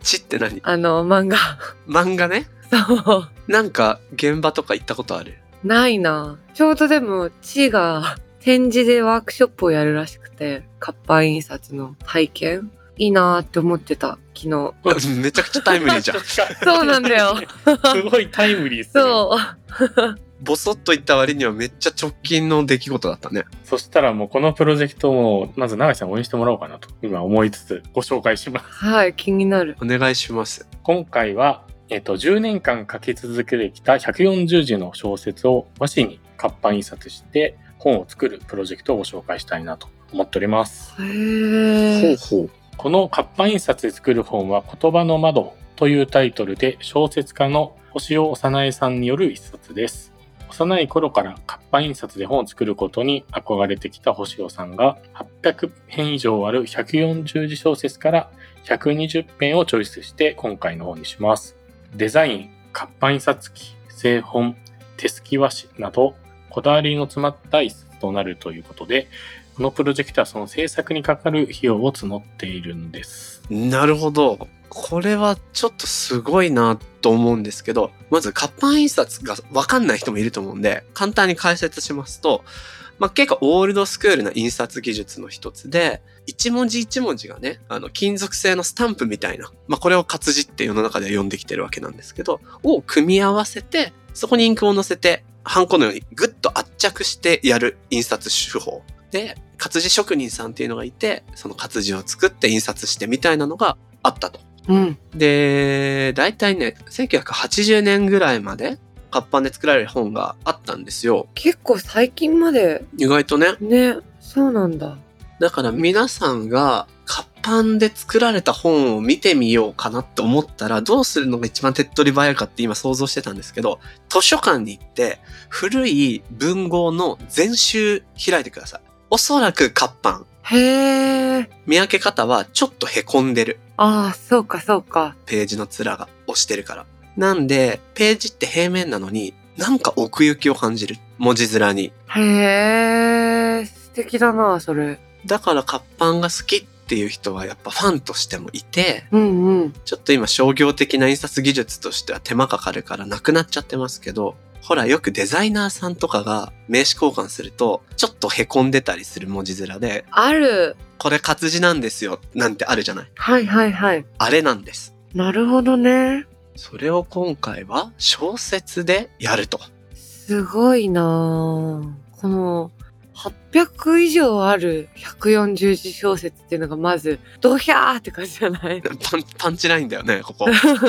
S1: 知って何
S2: あの、漫画。 <laughs>
S1: 漫画ね。
S2: そう。
S1: なんか、現場とか行ったことある
S2: ないなちょうどでも、知が <laughs> 展示でワークショップをやるらしくて、活版印刷の体験いいなって思ってた、昨日。
S1: めちゃくちゃタイムリーじ
S3: <laughs>
S1: ゃん。
S2: <laughs> そうなんだよ
S3: すごいタイムリーですね。
S2: そう。
S1: ボソッと言った割にはめっちゃ直近の出来事だったね。
S3: そしたらもうこのプロジェクトをまず永井さん応援してもらおうかなと今思いつつご紹介します。
S2: はい、気になる。
S1: お願いします。
S3: 今回は、えっと、10年間書き続けてきた140字の小説を和紙に活版印刷して本を作るプロジェクトをご紹介したいなと思っております。
S2: へー。
S3: この活版印刷で作る本は言葉の窓というタイトルで小説家の星尾幼江さんによる一冊です。幼い頃から活版印刷で本を作ることに憧れてきた星尾さんが800編以上ある140字小説から120編をチョイスして今回の本にします。デザイン、活版印刷機、製本、手すき和紙などこだわりの詰まった一冊となるということでこのプロジェクトはその制作にかかる費用を募っているんです。
S1: なるほど。これはちょっとすごいなと思うんですけど、まず活版印刷がわかんない人もいると思うんで、簡単に解説しますと、まあ、結構オールドスクールな印刷技術の一つで、一文字一文字がね、あの、金属製のスタンプみたいな、まあ、これを活字って世の中では呼んできてるわけなんですけど、を組み合わせて、そこにインクを乗せて、ハンコのようにグッと圧着してやる印刷手法。で、活字職人さんっていうのがいて、その活字を作って印刷してみたいなのがあったと。
S2: うん。
S1: で、大体ね、1980年ぐらいまで活版で作られる本があったんですよ。
S2: 結構最近まで、
S1: 意外とね。
S2: ね、そうなんだ。
S1: だから皆さんが活版で作られた本を見てみようかなって思ったらどうするのが一番手っ取り早いかって今想像してたんですけど図書館に行って古い文豪の全集開いてください。おそらく活版。
S2: へー。
S1: 見分け方はちょっと凹んでる。
S2: ああ、そうか、そうか。
S1: ページの面が押してるから。なんでページって平面なのになんか奥行きを感じる。文字面に。
S2: へー。素敵だな、それ。
S1: だから活版が好きっていう人はやっぱファンとしてもいて、
S2: うんうん。
S1: ちょっと今商業的な印刷技術としては手間かかるからなくなっちゃってますけど、ほらよくデザイナーさんとかが名刺交換すると、ちょっと凹んでたりする文字面で、
S2: ある。
S1: これ活字なんですよ、なんてあるじゃない。
S2: はいはいはい。
S1: あれなんです。
S2: なるほどね。
S1: それを今回は小説でやると。
S2: すごいなあこの、 800以上ある140字小説っていうのがまず、ドヒャーって感じじゃない <laughs>
S1: パンパンチラインだよね、ここ。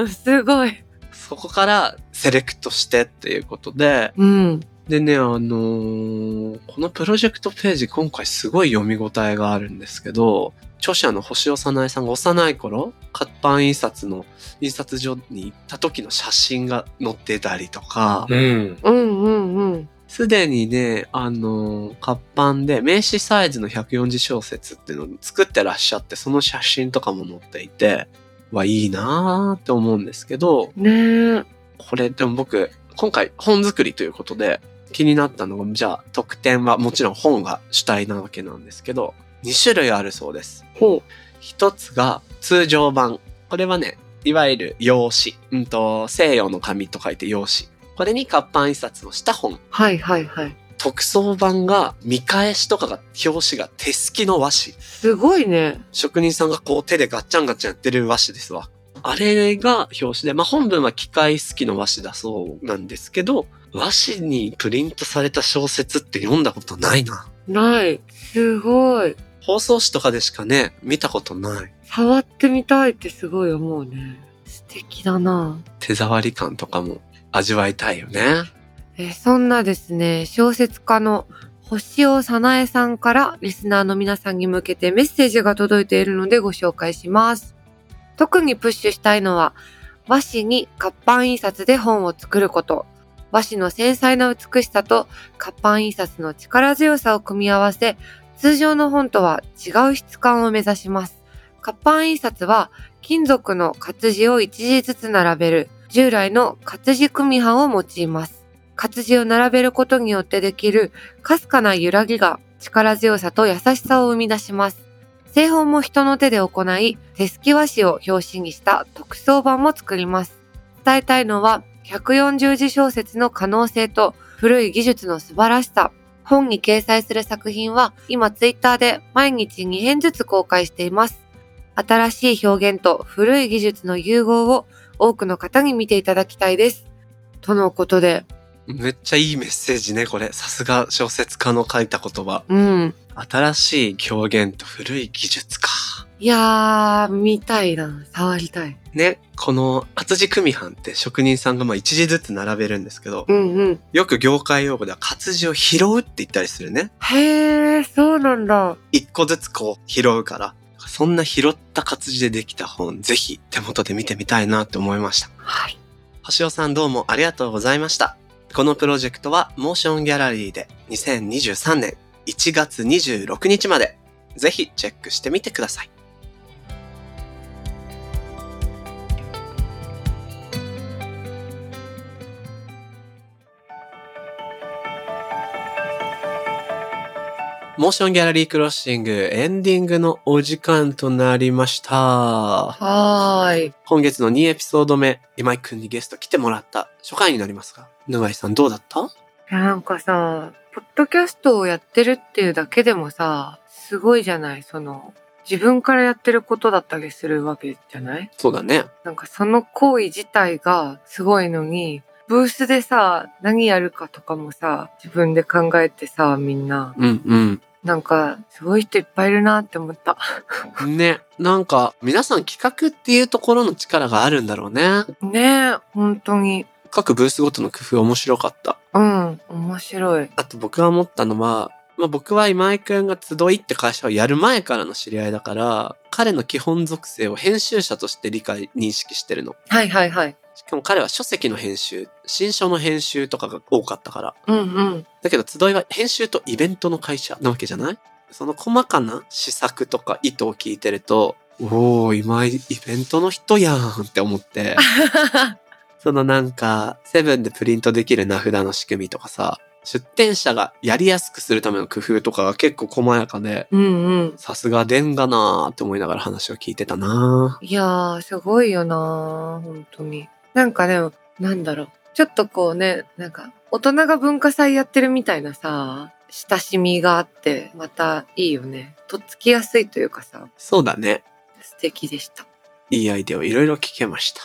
S2: すごい。
S1: そこからセレクトしてっていうことで、
S2: うん。
S1: でね、あのーこのプロジェクトページ今回すごい読み応えがあるんですけど、著者の星尾さなえさんが幼い頃、活版印刷の印刷所に行った時の写真が載ってたりとか、
S3: うん。
S2: うんうんうん。
S1: すでにね、あのー活版で名刺サイズの140小説っていうのを作ってらっしゃって、その写真とかも載っていて、はいいなーって思うんですけど、
S2: ねえ。
S1: これでも僕今回本作りということで気になったのがじゃあ特典はもちろん本が主体なわけなんですけど2種類あるそうです
S2: ほ
S1: 一つが通常版これはねいわゆる用紙、うん、と西洋の紙と書いて用紙これに活版印刷をした本
S2: う。はいはいはい。
S1: 特装版が見返しとかが表紙が手すきの和紙
S2: すごいね。
S1: 職人さんがこう手でガッチャンガッチャンやってる和紙ですわ。あれが表紙で、まあ、本文は機械好きの和紙だそうなんですけど、和紙にプリントされた小説って読んだことないな。
S2: ない。すごい。
S1: 放送紙とかでしかね、見たことない。
S2: 触ってみたいってすごい思うね。素敵だな。
S1: 手触り感とかも味わいたいよね。
S2: えーそんなですね、小説家の星尾早苗さんからリスナーの皆さんに向けてメッセージが届いているのでご紹介します。特にプッシュしたいのは、和紙に活版印刷で本を作ること。和紙の繊細な美しさと活版印刷の力強さを組み合わせ、通常の本とは違う質感を目指します。活版印刷は金属の活字を1字ずつ並べる従来の活字組版を用います。活字を並べることによってできるかすかな揺らぎが力強さと優しさを生み出します。製本も人の手で行い、手すき和紙を表紙にした特装版も作ります。伝えたいのは140字小説の可能性と古い技術の素晴らしさ。本に掲載する作品は今ツイッターで毎日2編ずつ公開しています。新しい表現と古い技術の融合を多くの方に見ていただきたいです。とのことで、
S1: めっちゃいいメッセージね、これ。さすが小説家の書いた言葉。
S2: うん。
S1: 新しい表現と古い技術か。
S2: いやー、見たいな。触りたい。
S1: ね、この活字組版って職人さんがまあ一字ずつ並べるんですけど、
S2: うんうん。
S1: よく業界用語では活字を拾うって言ったりするね。
S2: へー、そうなんだ。
S1: 一個ずつこう拾うから。そんな拾った活字でできた本、ぜひ手元で見てみたいなって思いました。
S2: はい。
S1: 星尾さんどうもありがとうございました。このプロジェクトはモーションギャラリーで2023年1月26日まで、ぜひチェックしてみてください。モーションギャラリークロッシングエンディングのお時間となりました。
S2: はーい。
S1: 今月の2エピソード目、今井くんにゲスト来てもらった初回になりますが、沼井さんどうだった
S2: なんかさ、ポッドキャストをやってるっていうだけでもさ、すごいじゃないその、自分からやってることだったりするわけじゃない
S1: そうだね。
S2: なんかその行為自体がすごいのに、ブースでさ、何やるかとかもさ、自分で考えてさ、みんな。
S1: うん
S2: なんか、すごい人いっぱいいるなって思った。
S1: うん。ね、なんか皆さん企画っていうところの力があるんだろうね。
S2: ねえ、本当に。
S1: 各ブースごとの工夫面白かった。
S2: うん、面白い。
S1: あと僕が思ったのは、まあ僕は今井くんが集いって会社をやる前からの知り合いだから、彼の基本属性を編集者として理解、認識してるの。
S2: はいはいはい。
S1: しかも彼は書籍の編集、新書の編集とかが多かったから、
S2: うん <laughs> うん。
S1: だけど集いは編集とイベントの会社なわけじゃないその細かな施策とか意図を聞いてると、おー、今井イベントの人やんって思って、そのなんか、セブンでプリントできる名札の仕組みとかさ、出店者がやりやすくするための工夫とかが結構細やかで、
S2: うんうん。
S1: さすがでんだなーって思いながら話を聞いてたない
S2: やー、すごいよなー、本当に。なんかね、なんだろう。ちょっとこうね、なんか、大人が文化祭やってるみたいなさ、親しみがあって、またいいよね。とっつきやすいというかさ
S1: ー、そうだね。
S2: 素敵でした。
S1: いいアイデアをいろいろ聞けました。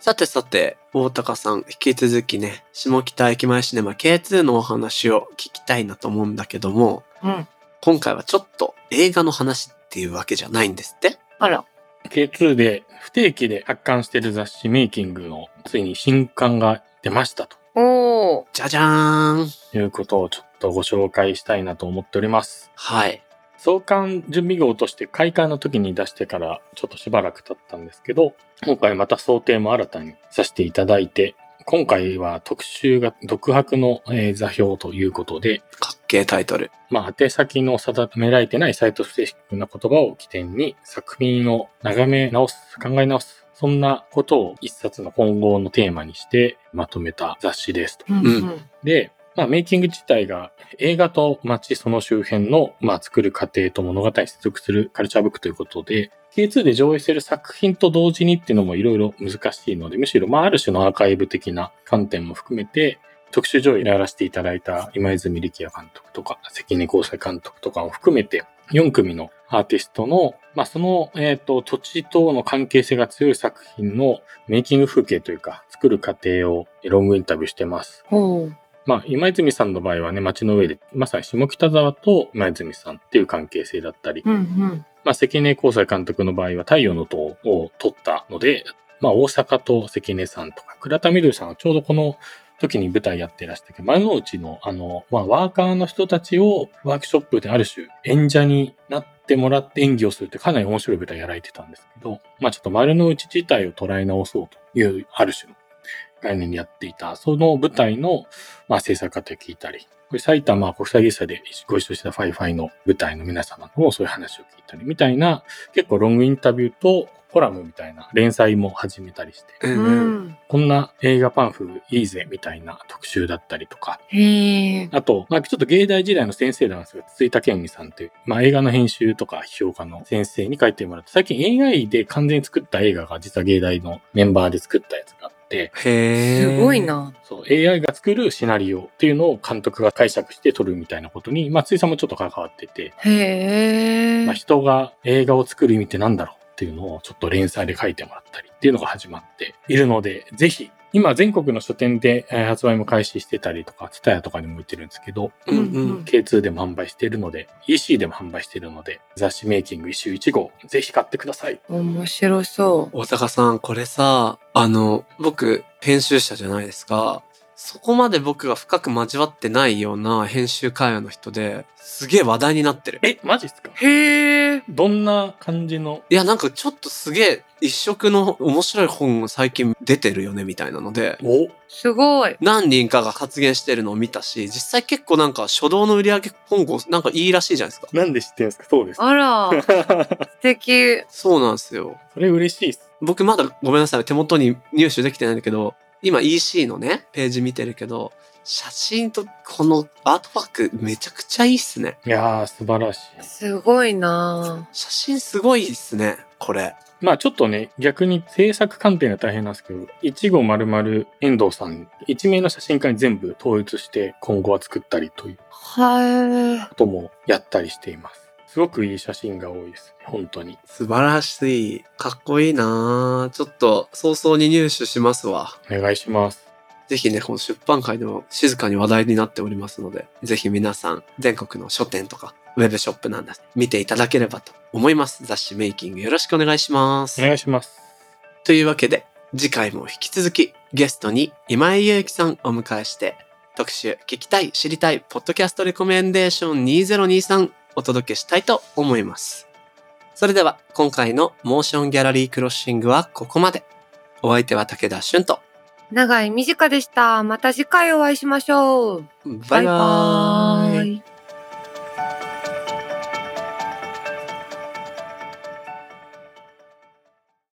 S1: さてさて、大高さん、引き続きね、下北駅前シネマ K2 のお話を聞きたいなと思うんだけども、
S2: うん。
S1: 今回はちょっと映画の話っていうわけじゃないんですって
S2: あら。
S3: K2 で不定期で発刊してる雑誌メイキングのついに新刊が出ましたと
S2: おー。
S1: じゃじゃーん
S3: いうことをちょっとご紹介したいなと思っております。
S1: はい。
S3: 創刊準備号として開刊の時に出してからちょっとしばらく経ったんですけど、今回また想定も新たにさせていただいて、今回は特集が独白の、えー座標ということで、
S1: かっけえタイトル。
S3: まあ、宛先の定められてないサイト不正式な言葉を起点に作品を眺め直す、考え直す、そんなことを一冊の混合のテーマにしてまとめた雑誌ですと。
S2: うん
S1: うん
S3: で、まあ、メイキング自体が映画と街その周辺の、まあ、作る過程と物語に接続するカルチャーブックということで、K2 で上映している作品と同時にっていうのもいろいろ難しいので、むしろ、まあ、ある種のアーカイブ的な観点も含めて、特集上映やらせていただいた今泉力也監督とか、関根光斎監督とかを含めて、4組のアーティストの、まあ、その、えっ、と、土地との関係性が強い作品のメイキング風景というか、作る過程をロングインタビューしてます。
S2: ほう。
S3: まあ、今泉さんの場合はね、街の上で、まさに下北沢と今泉さんっていう関係性だったり、
S2: うんうん。
S3: まあ、関根光斎監督の場合は太陽の塔を撮ったので、まあ、大阪と関根さんとか、倉田みどりさんはちょうどこの時に舞台やってらしたけど、丸の内の、あの、まあ、ワーカーの人たちをワークショップである種演者になってもらって演技をするってかなり面白い舞台やられてたんですけど、まあ、ちょっと丸の内自体を捉え直そうという、ある種の概念でやっていた、その舞台の、まあ、制作過程を聞いたり、これ埼玉国際芸祭でご一緒したファイファイの舞台の皆様のそういう話を聞いたり、みたいな、結構ロングインタビューとコラムみたいな連載も始めたりして、
S1: う
S2: うん
S1: うん。
S2: ん。
S3: こんな映画パンフいいぜみたいな特集だったりとか、
S2: へえ。
S3: あと、まあ、ちょっと芸大時代の先生なんですが、筒井健美さんという、まあ、映画の編集とか評価の先生に書いてもらって、最近 AI で完全に作った映画が実は芸大のメンバーで作ったやつがあって、
S1: へえ。
S2: すごい。な。
S3: そう、AI が作るシナリオっていうのを監督が解釈して撮るみたいなことに、まあ、筒井さんもちょっと関わってて、
S2: へえ。
S3: まあ、人が映画を作る意味ってなんだろうっていうのをちょっと連載で書いてもらったりっていうのが始まっているので、ぜひ、今全国の書店でえー発売も開始してたりとか、ツタヤとかにも置いてるんですけど、
S1: うん
S2: う
S1: うん
S2: うん
S1: ん。
S3: K2 でも販売しているので、EC でも販売しているので、雑誌メイキング一周1号、ぜひ買ってください。
S2: 面白そ
S1: 大高さん、これさ、あの、僕、編集者じゃないですか。そこまで僕が深く交わってないような編集会話の人で、すげえ話題になってる。
S3: え、マジっすか
S2: う。へえ。
S3: どんな感じの
S1: いや、なんかちょっとすげえ一色の面白い本が最近出てるよね、みたいなので、
S3: お
S2: すごい。
S1: 何人かが発言してるのを見たし、実際結構なんか初動の売り上げ本号なんかいいらしいじゃないですか。
S3: なんで知ってるんですかそうです。
S2: あら、素敵。
S1: そうなんですよ。
S3: それ嬉しいっす。
S1: 僕まだごめんなさい、手元に入手できてないんだけど、今 EC のね、ページ見てるけど、写真とこのアートワークめちゃくちゃいいっすね。
S3: いやー、素晴らしい。
S2: すごいな。
S1: 写真すごいっすね、これ。
S3: まあちょっとね、逆に制作観点が大変なんですけど、1500遠藤さん、一名の写真家に全部統一して今後は作ったりという
S2: は
S3: こともやったりしています。すごくいい写真が多いですね、本当に。
S1: 素晴らしい。かっこいいなぁちょっと早々に入手しますわ。
S3: お願いします。
S1: ぜひね、この出版界でも静かに話題になっておりますので、ぜひ皆さん、全国の書店とか、ウェブショップなんだ、見ていただければと思います。雑誌メイキングよろしくお願いします
S3: お。願いします。
S1: というわけで、次回も引き続き、ゲストに今井祐希さんをお迎えして、特集、聞きたい、知りたい、ポッドキャストレコメンデーション2023お届けしたいと思います。それでは、今回のモーションギャラリークロッシングはここまで。お相手は武田俊と、
S2: い。長い短でした。また次回お会いしましょう。
S1: バイバーイ。
S2: イ。